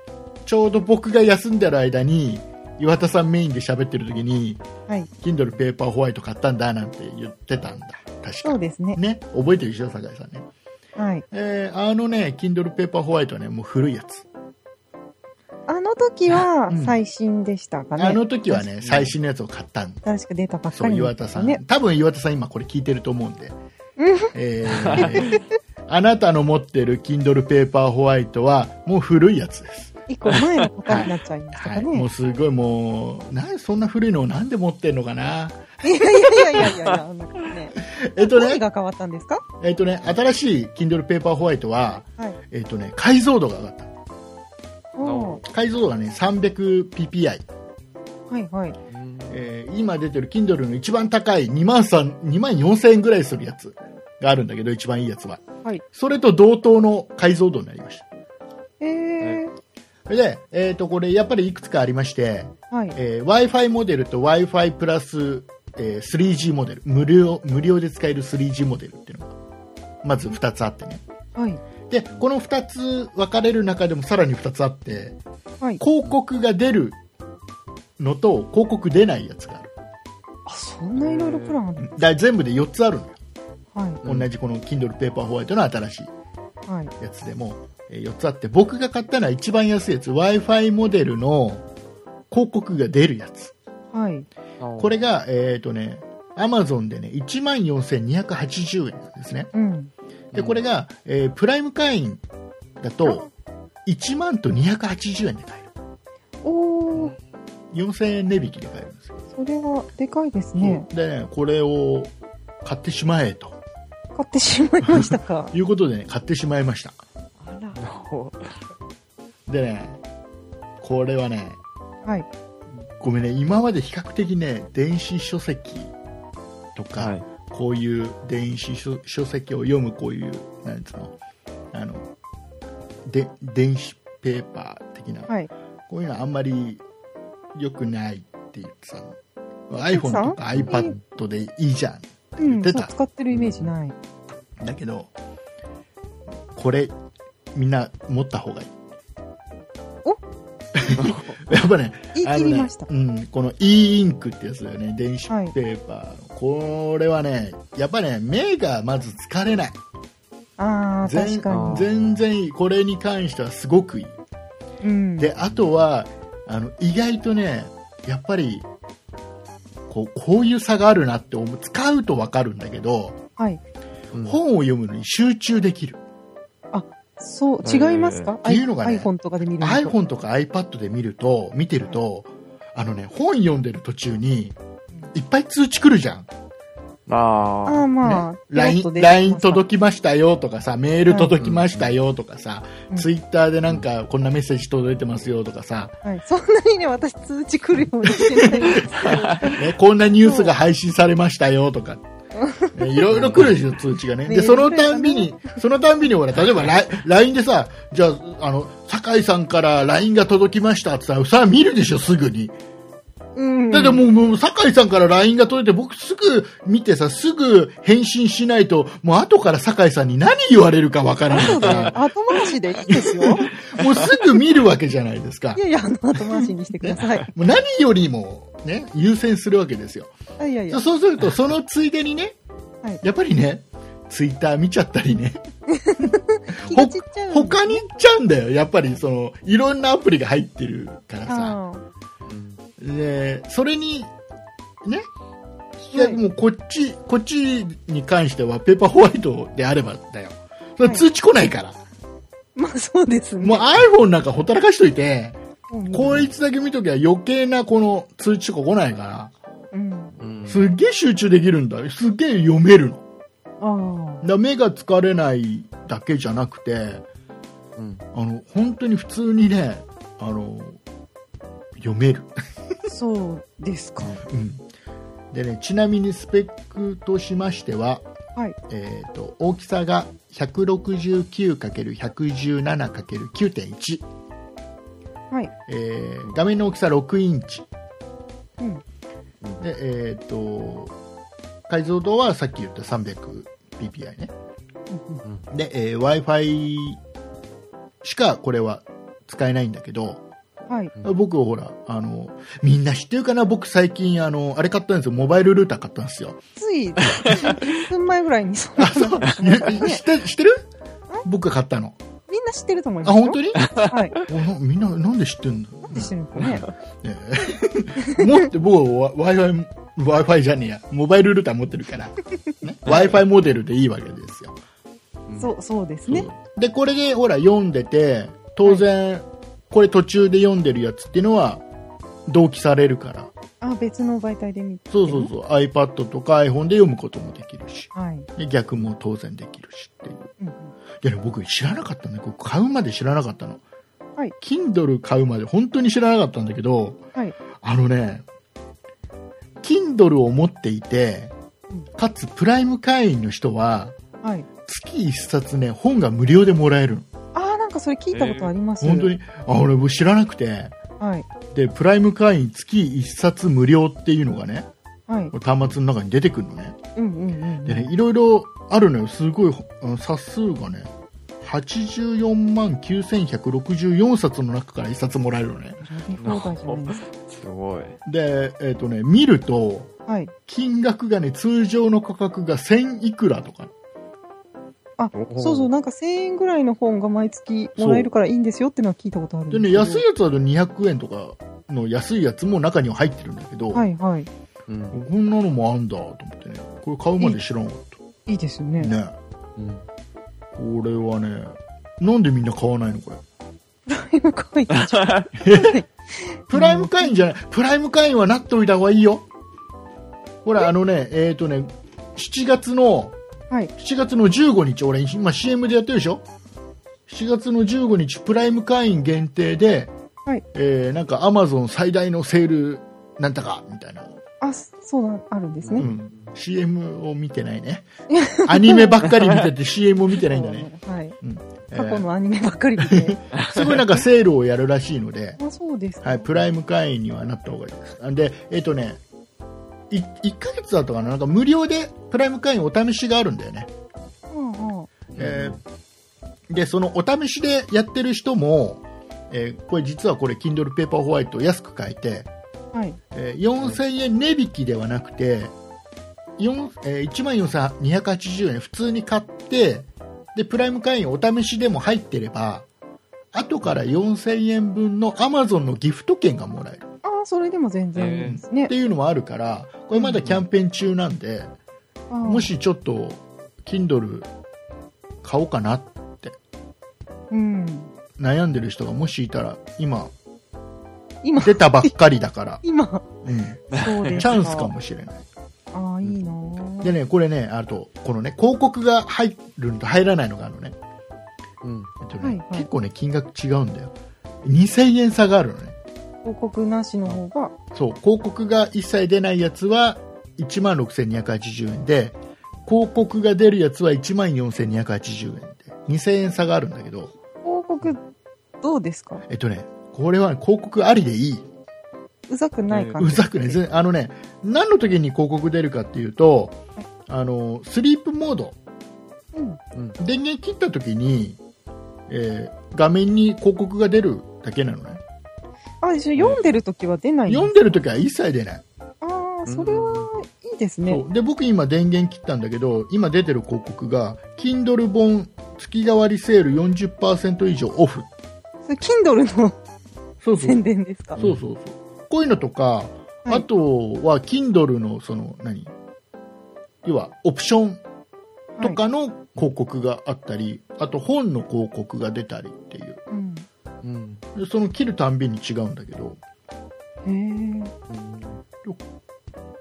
ちょうど僕が休んでる間に、岩田さんメインで喋ってる時に、はい。 Kindle Paper White 買ったんだなんて言ってたんだ。確そうか。ですね。ね、覚えてるでしょ、酒井さんね。はい。えーあのね、Kindle Paper White はね、もう古いやつ。あの時はうん最新でしたかね。あの時は確ね、最新のやつを買ったんだか。新しく出たばっそかうり岩の時田でさすん、ね。多分岩田さん今これ聞いてると思うんで、えー *laughs* あなたの持ってる Kindle Paper White はもう古いやつです。一個前の方になっちゃいましたはかい、もうね。すごいもう、なんそんな古いのをなんで持ってんのかな。 *laughs* い、やいやいやいやいや、なんかね。 *laughs* えっと何ね、が変わったんですかえっとね、新しい Kindle Paper White は、はい。えっとね、解像度が上がった。おー解像度がね、300ppi。はいはい。えー今出てる Kindle の一番高い2万3、2万4千円ぐらいするやつがあるんだけど、一番いいやつは。はいそれと同等の解像度になりました。えー、それで、えっ、と、これ、やっぱりいくつかありまして、はい。えー Wi-Fi モデルと Wi-Fi プラス、えー 3G モデル無料、無料で使える 3G モデルっていうのが、まず2つあってね。はい。で、この2つ分かれる中でもさらに2つあって、はい。広告が出るのと広告出ないやつがある。あ、そんないろいろプランあるだから全部で4つあるのよ。はい。うん同じこの Kindle Paper White の新しいはい。やつでもえー4つあって、僕が買ったのは一番安いやつ、Wi-Fi モデルの広告が出るやつ。はい。これが、えっ、とね、アマゾンでね、14,280円なんですね。うん。で、これが、えープライム会員だと、1万と280円で買える。おー、 4000円値引きで買えるんですよ。それはでかいですね。でね、これを買ってしまえと。買ってしまいましたかいうことでね、買ってしまいました。あら。でね、これはね、はい。ごめんね、今まで比較的ね、電子書籍とか、はい。こういう電子書書籍を読むこういうなんつうのあので電子ペーパー的な、はい。こういうのはあんまり良くないって言ってたの iPhone とか iPad でいいじゃんうん。出そうた使ってるイメージない。だけどこれみんな持った方がいいお *laughs* やっぱね言い切りました。あのねうん、この e インクってやつだよね電子ペはいーパー、これはねやっぱね目がまず疲れないああ、確全かあー全然いいこれに関してはすごくいいに。うん。であとはあの意外とねやっぱりこうこういう差があるなって思う使うと分かるんだけどはい。うん本を読むのに集中できるそう、違いますか、えーっていうのがね iPhone とかで見るのと iPhone とか iPad で見ると見てるとあのね本読んでる途中にいっぱい通知来るじゃん、ね、あああ、まあ、ちょっ LINE と出てきます LINE 届きましたよとかさメール届きましたよとかさ、うん Twitter でなんかこんなメッセージ届いてますよとかさ、はい。そんなにね、私通知来るようにしてないんですけ *laughs* ね、こんなニュースが配信されましたよとか、ね、いろいろ来るでしょ、通知 *laughs* がね。ねで、そのたんびに、そのたんびに、ほら、例えばライ LINE でさ、じゃあ、あの、酒井さんから LINE が届きましたってさ、さあ見るでしょ、すぐに。ど。うん。だってもう、もう、酒井さんから LINE が届いて、僕すぐ見てさ、すぐ返信しないと、もう後から酒井さんに何言われるかわからなそいうか *laughs* だねら。、後回しでいいで *laughs* すよ。もうすぐ見るわけじゃないですかい。やいや、あの後回しにしてく *laughs* ださい。もう何よりも、ね、優先するわけですよ。あいやいや、そうすると、そのついでにね、はいやっぱりね、ツイッター見ちゃったりね、気がちっちゃう。他に行っちゃうんだよ、やっぱりその、いろんなアプリが入ってるからさ、あーでそれに、ね、いはやいもうこっち、こっちに関しては、ペーパーホワイトであればだよ、それはい通知来ないから、まあそうですね。もう iPhone なんかほったらかしといて、うんこいつだけ見ときゃ余計なこの通知とか来ないかうん。うんら、すっげえ集中できるんだよ、すっげえ読めるの。あだから目が疲れないだけじゃなくてうんあの本当に普通にねあの読める、あ、そうですか。うんでね、ちなみにスペックとしましては、はい。えー、と大きさが 169×117×9.1、はい。えー画面の大きさ6インチうん。で、えー、と解像度はさっき言った 300ppi ねで、え w i f i しかこれは使えないんだけど、はい。うん僕ほらあのみんな知ってるかな僕最近あのあれ買ったんですよモバイルルーター買ったんですよつい、1分前ぐらいにそん *laughs* なあそう知って知ってる僕が買ったのみんな知ってると思いまあ、すよ。本当にはい。おなみんな、なんで知ってんだなんで知ってるのかね。ねえ *laughs* 持って、僕は Wi-Fi、Wi-Fi じゃねえや、モバイルルーター持ってるから、ね、Wi-Fi モデルでいいわけですよ。そう、そうですね。で、これでほら、読んでて、当然、これ途中で読んでるやつっていうのは、同期されるから、あ、別の媒体で見て。そうそうそう、iPad とか iPhone で読むこともできるし、はい。で逆も当然できるしっていう。うんうんいや、でも僕知らなかったね。これ買うまで知らなかったの。はい。 Kindle 買うまで本当に知らなかったんだけど、はい。あのね、Kindle を持っていてうん、かつプライム会員の人は、はい。月1冊ね、本が無料でもらえるの。ああ、なんかそれ聞いたことあります。本当に。あ、俺も知らなくて。はい。で、プライム会員月1冊無料っていうのがね、はい。端末の中に出てくるのね。うんうんうん。でね、いろいろあるのよ。すごい、あの冊数がね、84万9164冊の中から1冊もらえるのね。選び放題じゃないですすごい。で、えっ、とね、見ると、か。はい。金額がね、通常の価格が1000いくらとか。あお、ーそうそう、なんか1000円ぐらいの本が毎月もらえるからいいんですよってのは聞いたことあるんででね、すけど安いやつだと200円とかの安いやつも中には入ってるんだけど、はいはい。うん。こんなのもあんだと思ってね、これ買うまで知らんかっいいですた。よ *laughs* ね。ね、これはね、なんでみんな買わないのこれ。だいぶ書いて。プライム会員じゃない、プライム会員はなっておいた方がいいよ。ほら、あのね、えっ、とね、7月の、はい。 7月の15日、俺今 CM でやってるでしょ ?7 月の15日、プライム会員限定で、はいえーなんか Amazon 最大のセールなんたか、みたいな。あ、そうなん、あるんですうね。ん。CM を見てない *laughs* ね。アニメばっかり見てて CM を見てないんだね。はい。うんえ過去ーのアニメばっかり見 *laughs* て。すごいなんかセールをやるらしいので、あ、そうですか。はい、プライム会員にはなった方がいいです。んで、えっ、とね、い1ヶ月だったかななんか無料でプライム会員お試しがあるんだよね。うんうん。えーで、そのお試しでやってる人も、えーこれ実はこれ Kindle Paperwhite を安く買えて、はい。えー4000円値引きではなくて、4えー14,280円普通に買って、で、プライム会員お試しでも入ってれば、後から4000円分の Amazon のギフト券がもらえるああ、それでも全然いいですねって。いうのもあるから、これまだキャンペーン中なんで、あーも、しちょっと Kindle 買おうかなってうん。悩んでる人がもしいたら、今、今、出たばっかりだから、 *laughs* 今、うん、 *laughs* そうですチャンスか。もしれない。ああ、いいなーでね、これね、あと、このね、広告が入るのと入らないのがあるのね。うん。えっとねはいはい結構ね、金額違うんだよ。2000円差があるのね。広告なしの方が、そう、広告が一切出ないやつは16,280円で、広告が出るやつは14,280円で、2000円差があるんだけど、広告、どうですかえっとね、これは広告ありでいい。うざくない感うじ。ざくね。ぜあのね、何の時に広告出るかっていうと、あの、スリープモード。うん。電源切った時に、えー画面に広告が出るだけなのね。あ、一緒読んでる時は出ないんです読んでる時は一切出ない。ああ、それはいいですね。そうで、僕今電源切ったんだけど、今出てる広告が、Kindle 本月替わりセール40%以上オフ。それ、Kindle のそうそう。宣伝ですかそうそうそう。こういうのとか、はいあとは Kindle のその、何要は、オプションとはかの広告があったり、あと本の広告が出たりっていう。い。うん。うん。でその切るたんびに違うんだけど、へえ。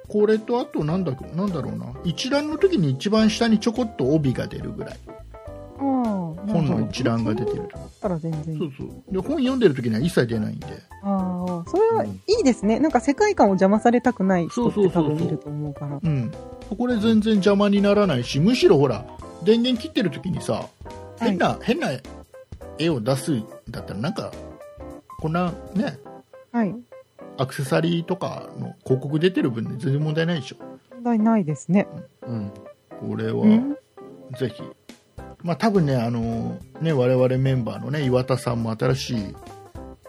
これとあとなんだなんだろうな一覧の時に一番下にちょこっと帯が出るぐらいああ、本本の一覧が出てるとだったら全然いいそうそうで本読んでる時には一切出ないんでああ、それはいいですね。なんか世界観を邪魔されたくない人っそうてそうそ多うそう分いると思うから。うんこれ全然邪魔にならないしむしろほら電源切ってる時にさ変な、変な絵を出すんだったらなんかこんなねはい。アクセサリーとかの広告出てる分で全然問題ないでしょ問題ないですね。うん。これは、うん。ぜひ。まあ多分ね、あのね、我々メンバーのね、岩田さんも新しい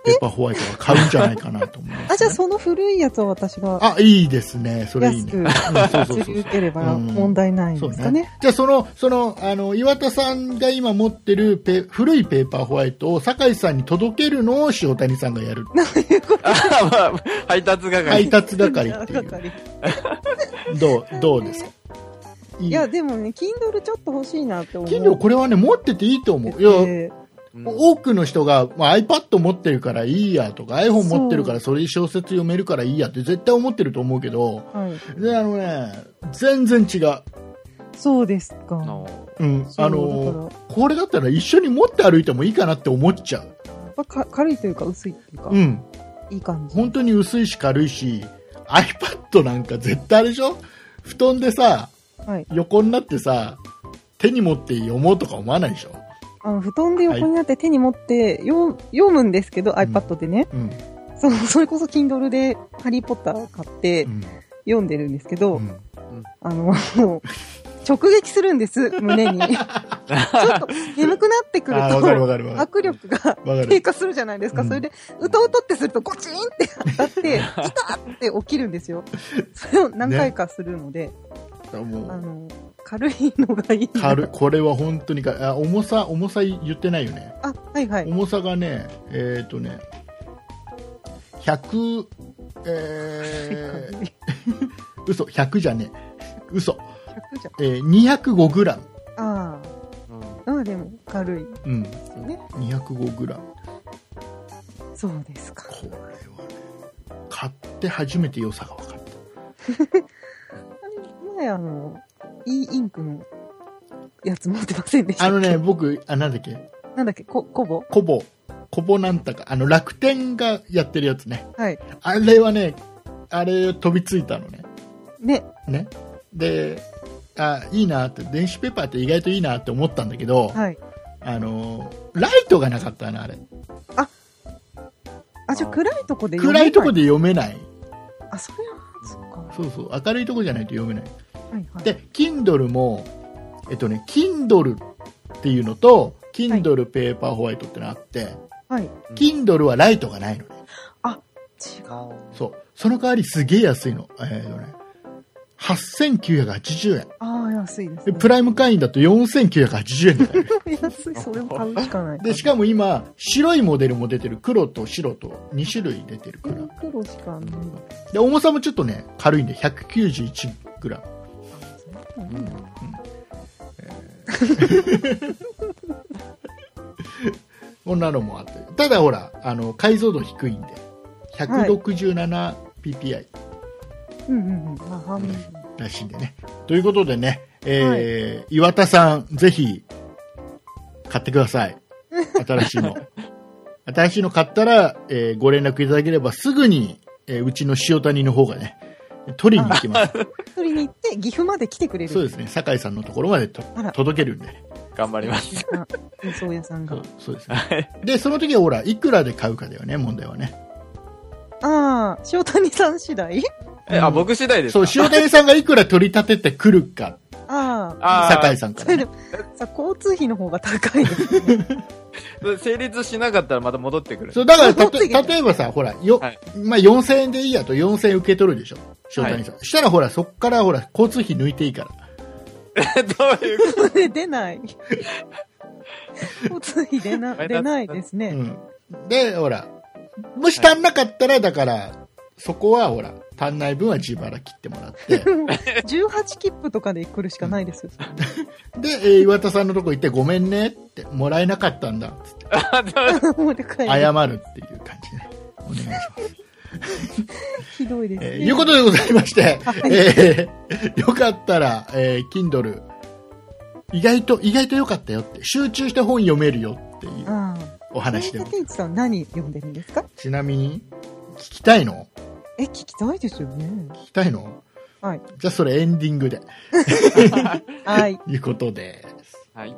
ペーパーホワイトは買うんじゃないかなと思います、 *laughs* あ、じゃあその古いやつを私があ、いいですね。それいい安ね。くうんそうそうそ釣うり受ければうん問題ないんそうですかね。。じゃあその、その、あの、岩田さんが今持ってるペ古いペーパーホワイトを酒井さんに届けるのを塩谷さんがやる。あーまあ、 *laughs* 配達係。配達係ってい係う。どう、どうですかい *laughs* いいや、でもね、Kindle ちょっと欲しいなって思う。金魚これはね、持ってていいと思う。いや、えうん多くの人が、まあ、iPad 持ってるからいいやとか iPhone 持ってるからそれに小説読めるからいいやって絶対思ってると思うけどーはい。であのね全然違う、そうですか。あのうん、そうあだからのこれだったら一緒に持って歩いてもいいかなって思っちゃう、やっぱか軽いというか薄いっていうか、うん、いい感じ。本当に薄いし軽いし iPad なんか絶対あれでしょ布団でさはい。横になってさ手に持って読もうとか思わないでしょ、あの、布団で横になって手に持って読読むんですけど、ん iPad でね。うんそう、それこそ Kindle でハリーポッター買ってうん読んでるんですけど、うんあの、もう、直撃するんです、 *laughs* 胸に。ちょっと眠くなってくるあーわかるわと、かるわかる握力がわか低る下するじゃないですか。うんそれで、うとうとってすると、ゴチンって当たって、いたって起きるんです *laughs* よ。それを何回かするので、もあうの、軽いのがいいな。軽いこれは本当に軽いあ重さ重さ言ってないよねあ、はいはい。重さがね、えっ、とね、100、え *laughs* ー、嘘、100じゃねえ。嘘、 100じゃえー、205グラム。ん。ああ、うんでも軽い。うん、ね205グラム。そうですか。これはね、買って初めて良さが分かった。前あの、E インクのやつ持ってませんでしたあっけ。のね、僕、あ、なんだっけ、なんだっけ、ココボコボ、コボなんたか、あの、楽天がやってるやつね。はい。あれはね、あれ飛びついたのね。ね、ね。で、あ、いいなって、電子ペーパーって意外といいなって思ったんだけど、はい。あのーライトがなかったなあれあ、じゃああー暗いとこで暗いとこで。で読めないあ、それは、そっか。そうそう明るいとこじゃないと読めないはいはい。で Kindle もえっとね Kindle っていうのと Kindle ペーパーホワイトってのあって、はい。違う。 Kindle はライトがないのねそうその代わりすげえ安いのえーっとね8980円ああ、安いです、でね。プライム会員だと4980円だから安い、それを買うしかない。でしかも今白いモデルも出てる黒と白と2種類出てるから黒しかない。で重さもちょっとね軽いんで 191g こんなのもあってただほらあの解像度低いんで 167ppi うんうんうん。あ、半分。らしいんでね、ということでね、えー岩田さんぜひ買ってください新しいの *laughs* 新しいの買ったら、えーご連絡いただければすぐに、えーうちの塩谷の方がね取りに行きます取りに行って、岐阜まで来てくれる。そうですね酒井さんのところまでとあら届けるんでね頑張ります。あ。輸送屋さんそがう。そうですね。で、その時はほら、いくらで買うかだよね、問題はね。ああ、塩谷さん次第え、あ、僕次第ですそうか、塩谷さんがいくら取り立ててくるか、ああ。あー酒井さんかそられね、でさ、交通費の方が高いですね。成立しなかったらまた戻ってくる。そう、だからた、持っててきて例えばさ、ほら、よ、はいまあ、4000円でいいやと、4000円受け取るでしょ、塩谷さん。したらほら、そっからほら、交通費抜いていいから。 *laughs* どういうこそれ出ない。交通費出マなイナス出ないですね。うん。で、ほら、もし足んなかったら、だから、そこはほら、足んない分は自腹切ってもらって、 18切符とかで来るしかないですよ。で、えー岩田さんのとこ行って、ごめんねって、もらえなかったんだ、つって、もうでかい。謝るっていう感じで、ね、お願いします。 *laughs* ひどいです、ね。えーいうことでございまして、えーよかったら、えー Kindle、意外と、意外と良かったよって、集中して本読めるよっていうあおあ。話で竹内さん何読んでるんですかちなみに、聞きたいのえ、聞きたいですよね。聞きたいのはい。じゃあそれエンディングで、はい。いうことです。とはい。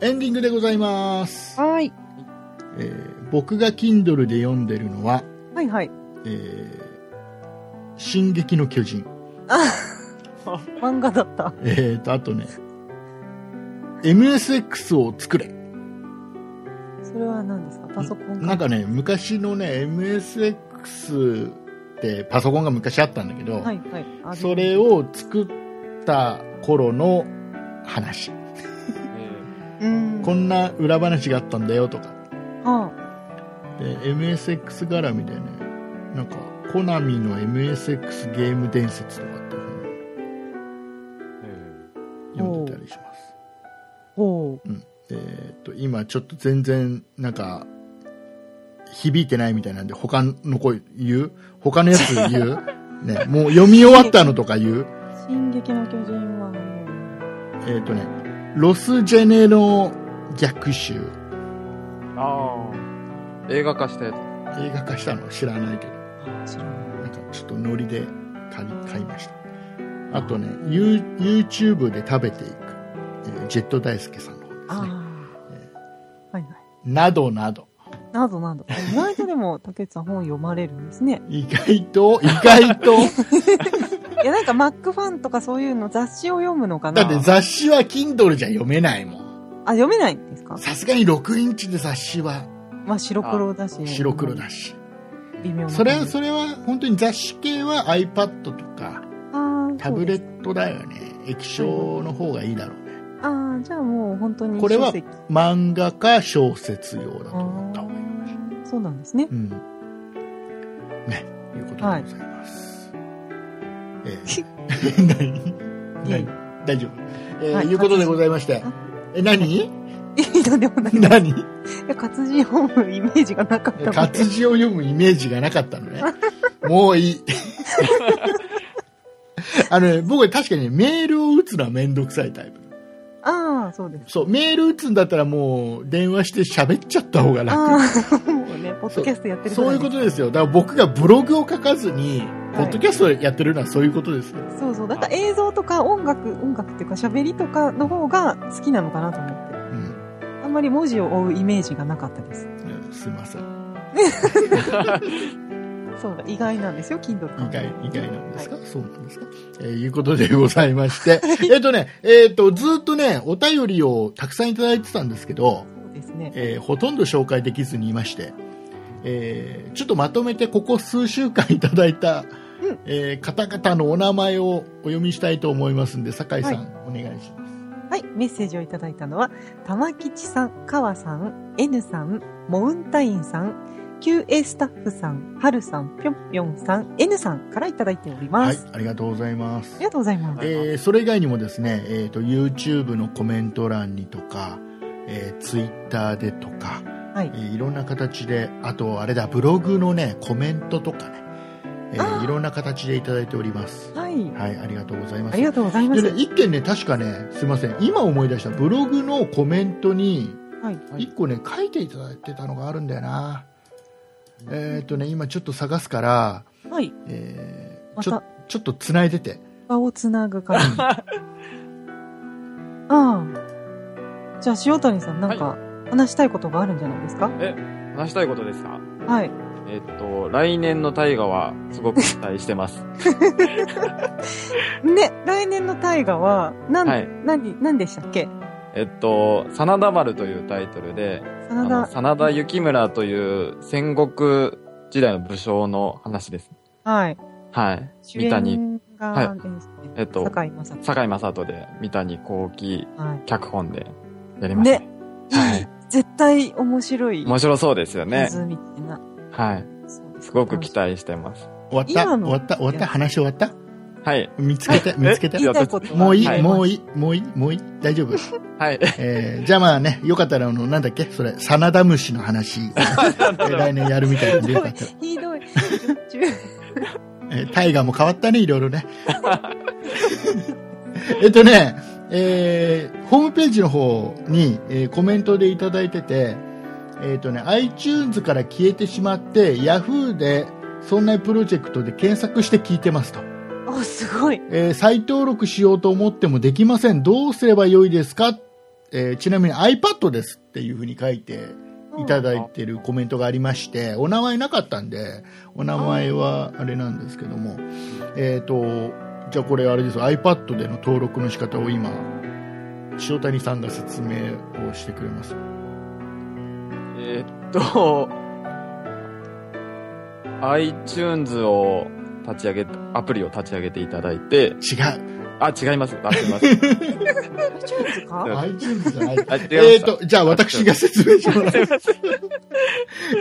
エンディングでございます、はい。えー僕が Kindle で読んでるのははいはい。 「えー進撃の巨人漫画だった」。えー、とあとね「MSX を作れ」それは何ですかパソコンかなんかね昔のね MSX ってパソコンが昔あったんだけど、はいはい。あそれ。を作った頃の話うん。こんな裏話があったんだよとかはで MSX 絡みでねなんかコナミの MSX ゲーム伝説とかっていうのを読んでたりしますあ。ほえーっと今ちょっと全然なんか響いてないみたいなんで他の声言う他のやつ言うね、もう読み終わったのとか言うう。進撃の巨人はもえーっ、とねロスジェネの逆襲ああ。映画化したやつ。映画化したの知らないけどう、知らない。なんかちょっとノリで買い買いました。あとね、ユー YouTube で食べていく、えージェット大輔さんの方ですね。ああ。はいはい。などなど。などなど。意外とでも、竹内さん本読まれるんですね。意外と、意外と。いや、なんか Mac ファンとかそういうの雑誌を読むのかだなって雑誌は Kindle じゃ読めないもん。あ、読めないんですかさすがに6インチで雑誌はまあ白黒だし。白黒。だし。微妙な感じ。それ、それは本当に雑誌系は iPad とかああタブレットだよね。液晶の方がいいだろうね。ああ、じゃあもう本当にこれは書籍漫画か小説用だとあ思った方がいい。ーそうなんですねう。ん。ね、いうことでございます。えーいやい *laughs* 何何大丈夫。えーはいい、うことでございましてあ。え、 *laughs* 何いや、でもない。い何や、活字読むイメージがなかったので。活字を読むイメージがなかった *laughs* のね。もうい *laughs* い。あのね、僕は確かにねメールを打つのはめんどくさいタイプ。ああ、そうです。そう、メール打つんだったらもう電話して喋っちゃった方が楽。ああ、もうね、ポッドキャストやってるそういうこぐらとですよ。だから僕がブログを書かずに、ポッドキャストをやってるのはそういうことですよ。そうそう。だから映像とか音楽、音楽っていうか喋りとかの方が好きなのかなと思っうて。んあんまり文字を追うイメージがなかったです。うんすいません。そうだ、意外なんですよ、Kindle 意外、意外なんですか、そうなんですかえーいうことでございまして。えっとね、えっ、と、ずーっとね、お便りをたくさんいただいてたんですけど、そうですね。えーほとんど紹介できずにいまして、えーちょっとまとめてここ数週間いただいた、うんえー方々のお名前をお読みしたいと思いますんで、酒井さん、はお願いします。はい、メッセージをいただいたのは、玉吉さん、川さん、N さん、モウンタインさん、QA スタッフさん、はるさん、ぴょんぴょんさん、N さんからいただいておりまはす。い、ありがとうございますあり。がとうございます。えーそれ以外にもですね、えー、と YouTube のコメント欄にとか、えー、Twitter でとか、はいえーいろんな形であとあれだブログのねコメントとかね、えーあーいろんな形でいただいておりますはい、はいありがとうございまあすりがとうございま。ですね一件ね確かねすいません今思い出したブログのコメントにはい、はい一個ね書いていただいてたのがあるんだよなえっ、とね今ちょっと探すから、はい、えーまちょたちょっとつないでて場をつなぐから。 *laughs* ああ。じゃあ、塩谷さん、なんか、話したいことがあるんじゃないですか話したいことですかはい。えっと、来年の大河はすごく期待してます。ね、来年の大河は、なん、はい何、何でしたっけえっと、真田丸というタイトルで、あ真の、田。真田幸村という戦国時代の武将の話です。はい。はい。主三谷、演はいがですね、えっと坂井正人。堺正人で、三谷幸喜、はい。脚本でやりました。ねはい。 *laughs* 絶対面白い。面白そうですよね。みたいな。はい。そうですごく期待してます。終わった今終のわった終わった話終わったはい。見つけて、見つけてえ。言いたいこともういい、はいもういいい、もういい、もういい、大丈夫。はい。えー、じゃあまあね、よかったら、あの、なんだっけそれ、サナダムシの話、えー来年やるみたいなんでよかったら。 *laughs* い。ひどい。中えー、タイガーも変わったね、いろいろね。 *laughs* えっとね、えー、ホームページの方に、えーコメントでいただいてて、えっとね、iTunes から消えてしまって、Yahoo で、そんなプロジェクトで検索して聞いてますと。あ、すごい。えー再登録しようと思ってもできません。どうすればよいですかえーちなみに iPad ですっていうふうに書いていただいてるコメントがありまして、お名前なかったんで、お名前はあれなんですけども、えっ、と、じゃあこれあれですよ iPad での登録の仕方を今、塩谷さんが説明をしてくれます。 *laughs* えーっと、iTunes を立ち上げ、アプリを立ち上げていただいて、違う。あ、違います。あ、すいません。 iTunes か iTunes *laughs* じゃない。あ、違いました。えっ、と、じゃあ私が説明します。すいません。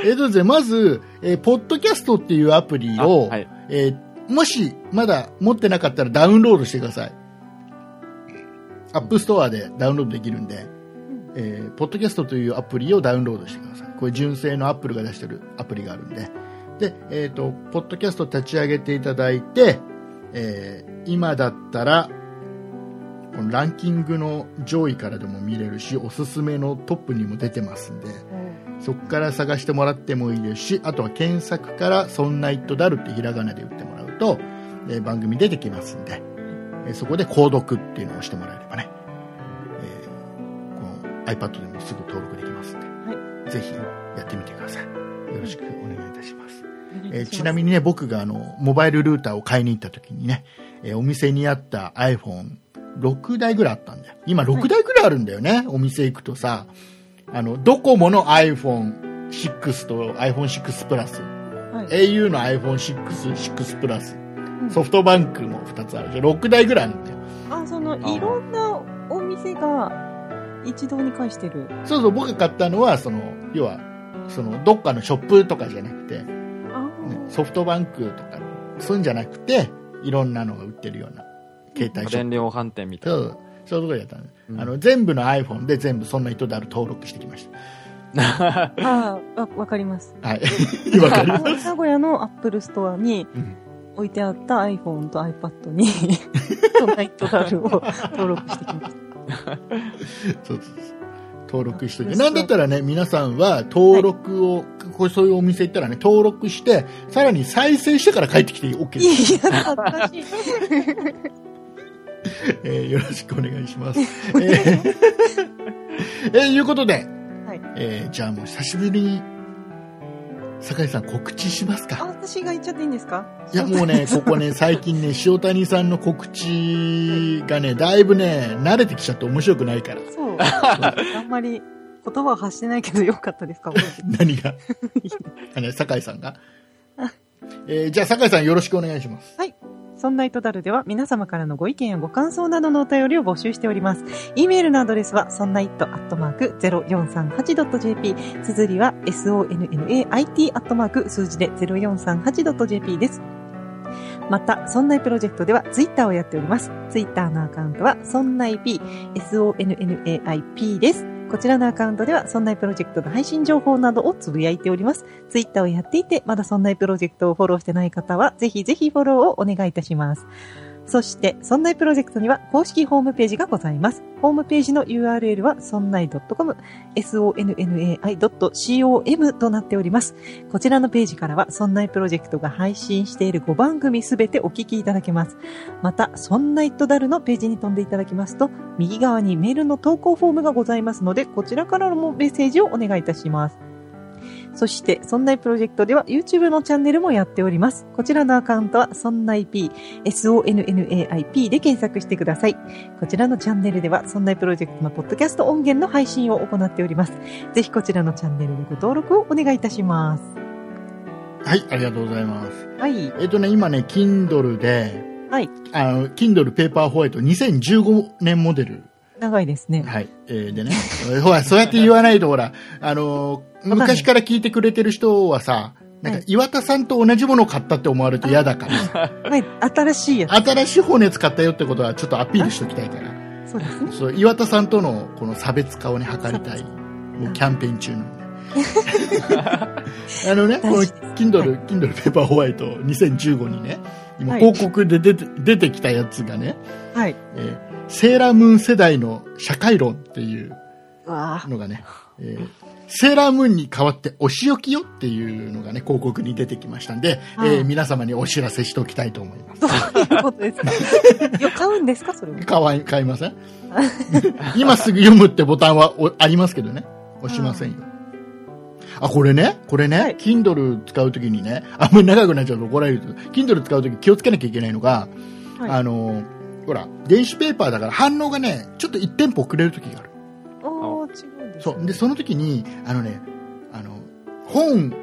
えっ、とですね、まず、えーポッドキャストっていうアプリあを、はい。えーもしまだ持ってなかったらダウンロードしてください。アップストアでダウンロードできるんで、えーポッドキャストというアプリをダウンロードしてください。これ純正のアップルが出してるアプリがあるんで。で、えっ、と、ポッドキャスト立ち上げていただいて、えー今だったら、このランキングの上位からでも見れるし、おすすめのトップにも出てますんで、そこから探してもらってもいいですし、あとは検索から、そんなイットダルってひらがなで打ってもらうと、えー番組出てきますんで、えーそこで購読っていうのを押してもらえればね、えーこの iPad でもすぐ登録できますんで、ぜひやってみてください。よろしくお願いいたします。えーちなみにね、僕があの、モバイルルーターを買いに行った時にね、えーお店にあった iPhone6 台ぐらいあったんだよ。今6台ぐらいあるんだよね、お店行くとさ。あの、ドコモの iPhone6 と iPhone6 プラス、はい、 au の iPhone6、6プラス、ソフトバンクも2つあるでしょ。6台ぐらいあるんだよ。あ、その、いろんなお店が一堂に会してる。そうそう、僕が買ったのは、その、要は、その、どっかのショップとかじゃなくて、あねソフトバンクとか、そういうんじゃなくて、いろんなのが売ってるような、携帯家ショップ電量販店みたいそな。う、そういうところやったんです、うん。あの、全部の iPhone で全部そんな人である登録してきまし *laughs* ーあー、わわかります。た。はい。 *laughs* わかる。名古屋のアップルストアにうん置いてあった iPhone と iPad に、トナイトダルを登録してきましそうそうそう登録してて。なんだったらね、皆さんは登録を、こうそういうお店行ったらね、登録して、さらに再生してから帰ってきて OK た。です。いや、恥ずかしい。えーよろしくお願いします。えーえーいうことで、はいえーじゃあもう久しぶりに、酒井さん告知しますあ、か私が言っちゃっていいんですかいやもうね、ここね、最近ね、塩谷さんの告知がね、だいぶね、慣れてきちゃって面白くないから。そう。あんまり言葉を発してないけどよかったですかも。何 *laughs* があの酒井さんが。えーじゃあ酒井さんよろしくお願いします。そんな糸だるでは皆様からのご意見やご感想などのお便りを募集しております。e メールのアドレスは、そんな it アットマーク 0438.jp。綴りは、sonnait アットマーク数字で 0438.jp です。また、そんないプロジェクトではツイッターをやっております。ツイッターのアカウントは、そんない p、sonnaip です。こちらのアカウントでは、そんないプロジェクトの配信情報などをつぶやいております。ツイッターをやっていて、まだそんないプロジェクトをフォローしてない方は、ぜひぜひフォローをお願いいたします。そして、そんないプロジェクトには公式ホームページがございます。ホームページの URL は、そんない .com、sonnai.com となっております。こちらのページからは、そんないプロジェクトが配信している5番組すべてお聞きいただけます。また、そんないとだるのページに飛んでいただきますと、右側にメールの投稿フォームがございますので、こちらからもメッセージをお願いいたします。そして、そんないプロジェクトでは YouTube のチャンネルもやっております。こちらのアカウントは、そんない P、SONNAIP で検索してください。こちらのチャンネルでは、そんないプロジェクトのポッドキャスト音源の配信を行っております。ぜひこちらのチャンネルでご登録をお願いいたします。はい、ありがとうございます。はい。えっ、とね、今ね、Kindle で、はい。あの、Kindle ペーパーホワイト2015年モデル。長いですね。はい。えーでね、 *laughs* ほら、そうやって言わないと、ほら、あのー、まあ昔から聞いてくれてる人はさ、なんかはい岩田さんと同じものを買ったって思われると嫌だ *laughs* から、はい。新しいや新しい方のやつ買ったよってことはちょっとアピールしときたいから、つ。そうですね。そう、岩田さんとのこの差別化をね、図りたい。もうキャンペーン中なんで。 *laughs* あのね、この大事です Kindle、Kindle ペーパーホワイト2015にね、今はい広告で出て出てきたやつがね、はい。えーセーラームーン世代の社会論っていううわのがね、えーセーラームーンに代わってお仕置きよっていうのがね、広告に出てきましたんで、えーうん皆様にお知らせしておきたいと思います。どういうことですか *laughs* よ買うんですかそれも。かわい、買いません今すぐ読むってボタンはおありますけどね、押しませんよ。あ、これね、これね、はい Kindle 使うときにね、あんまり長くなっちゃうと怒られるけど Kindle 使うとき気をつけなきゃいけないのが、はいあの、ほら、電子ペーパーだから反応がね、ちょっと1テンポ遅れるときがある。おー、違うんですそう。で、その時に、あのね、あの、本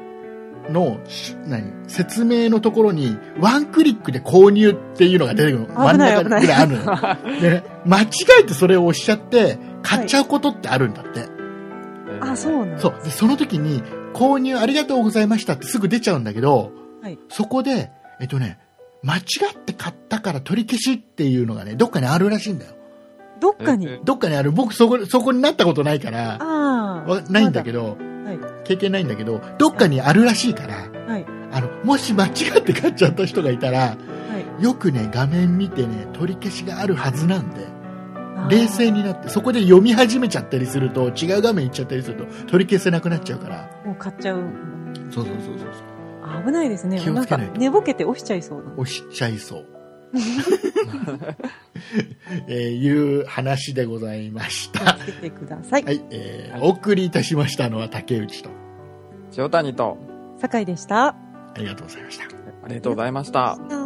の、し何、説明のところに、ワンクリックで購入っていうのが出てくるの。危ない真ん中ぐらいあるのよ。でね、間違えてそれを押しちゃって、買っちゃうことってあるんだって。あ、そううなんそう。で、その時に、購入ありがとうございましたってすぐ出ちゃうんだけど、はいそこで、えっとね、間違って買ったから取り消しっていうのがね、どっかにあるらしいんだよ。どっかに。えどっかにある。僕、そこ、そこになったことないから、あわあ。ないんだけど。ど、はい。経験ないんだけど、どっかにあるらしいから、はい。あの、もし間違って買っちゃった人がいたら、はいよくね、画面見てね、取り消しがあるはずなんで、あー。冷静になって、そこで読み始めちゃったりすると、違う画面行っちゃったりすると、取り消せなくなっちゃうから。もう買っちゃう。そうそうそうそうそう。危ないですね。気をつけないとんか寝ぼけて押しちゃいそうな。押しちゃいそう。 *laughs* えーいう話でございま *laughs* した。つけてください。はい、えーお送りいたしましたのは竹内と、塩谷と、酒井でした。ありがとうございました。ありがとうございました。あ